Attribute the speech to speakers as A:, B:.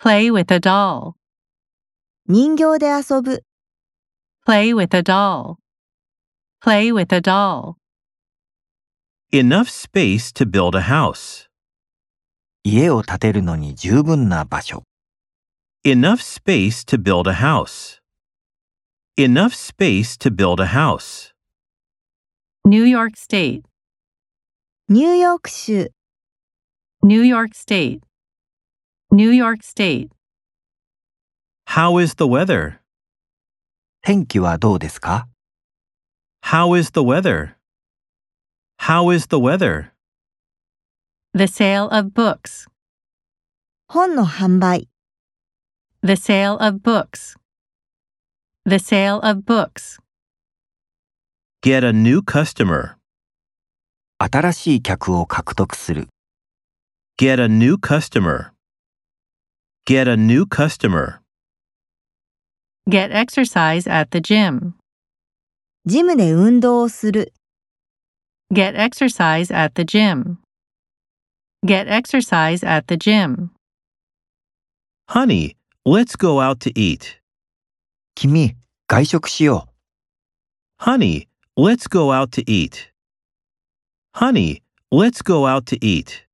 A: Play with a doll.
B: 人形で遊ぶ、
A: Play with a doll. Play with a doll.
C: Enough space to build a house.
D: 家を建てるのに十分な場所。
C: Enough space to build a house. Enough space to build a house.
A: New York State.
B: ニューヨーク州、
A: New York State. New York State.
C: How is the weather?
D: 天気はどうですか
C: How is the weather? How is the weather?
A: The sale of books.
B: 本の販売、
A: The sale of books. The sale of books.
C: Get a new customer.
D: 新しい客を獲得する。
C: Get a new customer. Get a new customer.
A: Get exercise at the gym.
B: ジムで運動をする、
A: Get exercise at the gym. Get exercise at the gym.
C: Honey, let's go out to eat.
D: 君、外食しよう。
C: Honey, let's go out to eat. Honey, let's go out to eat.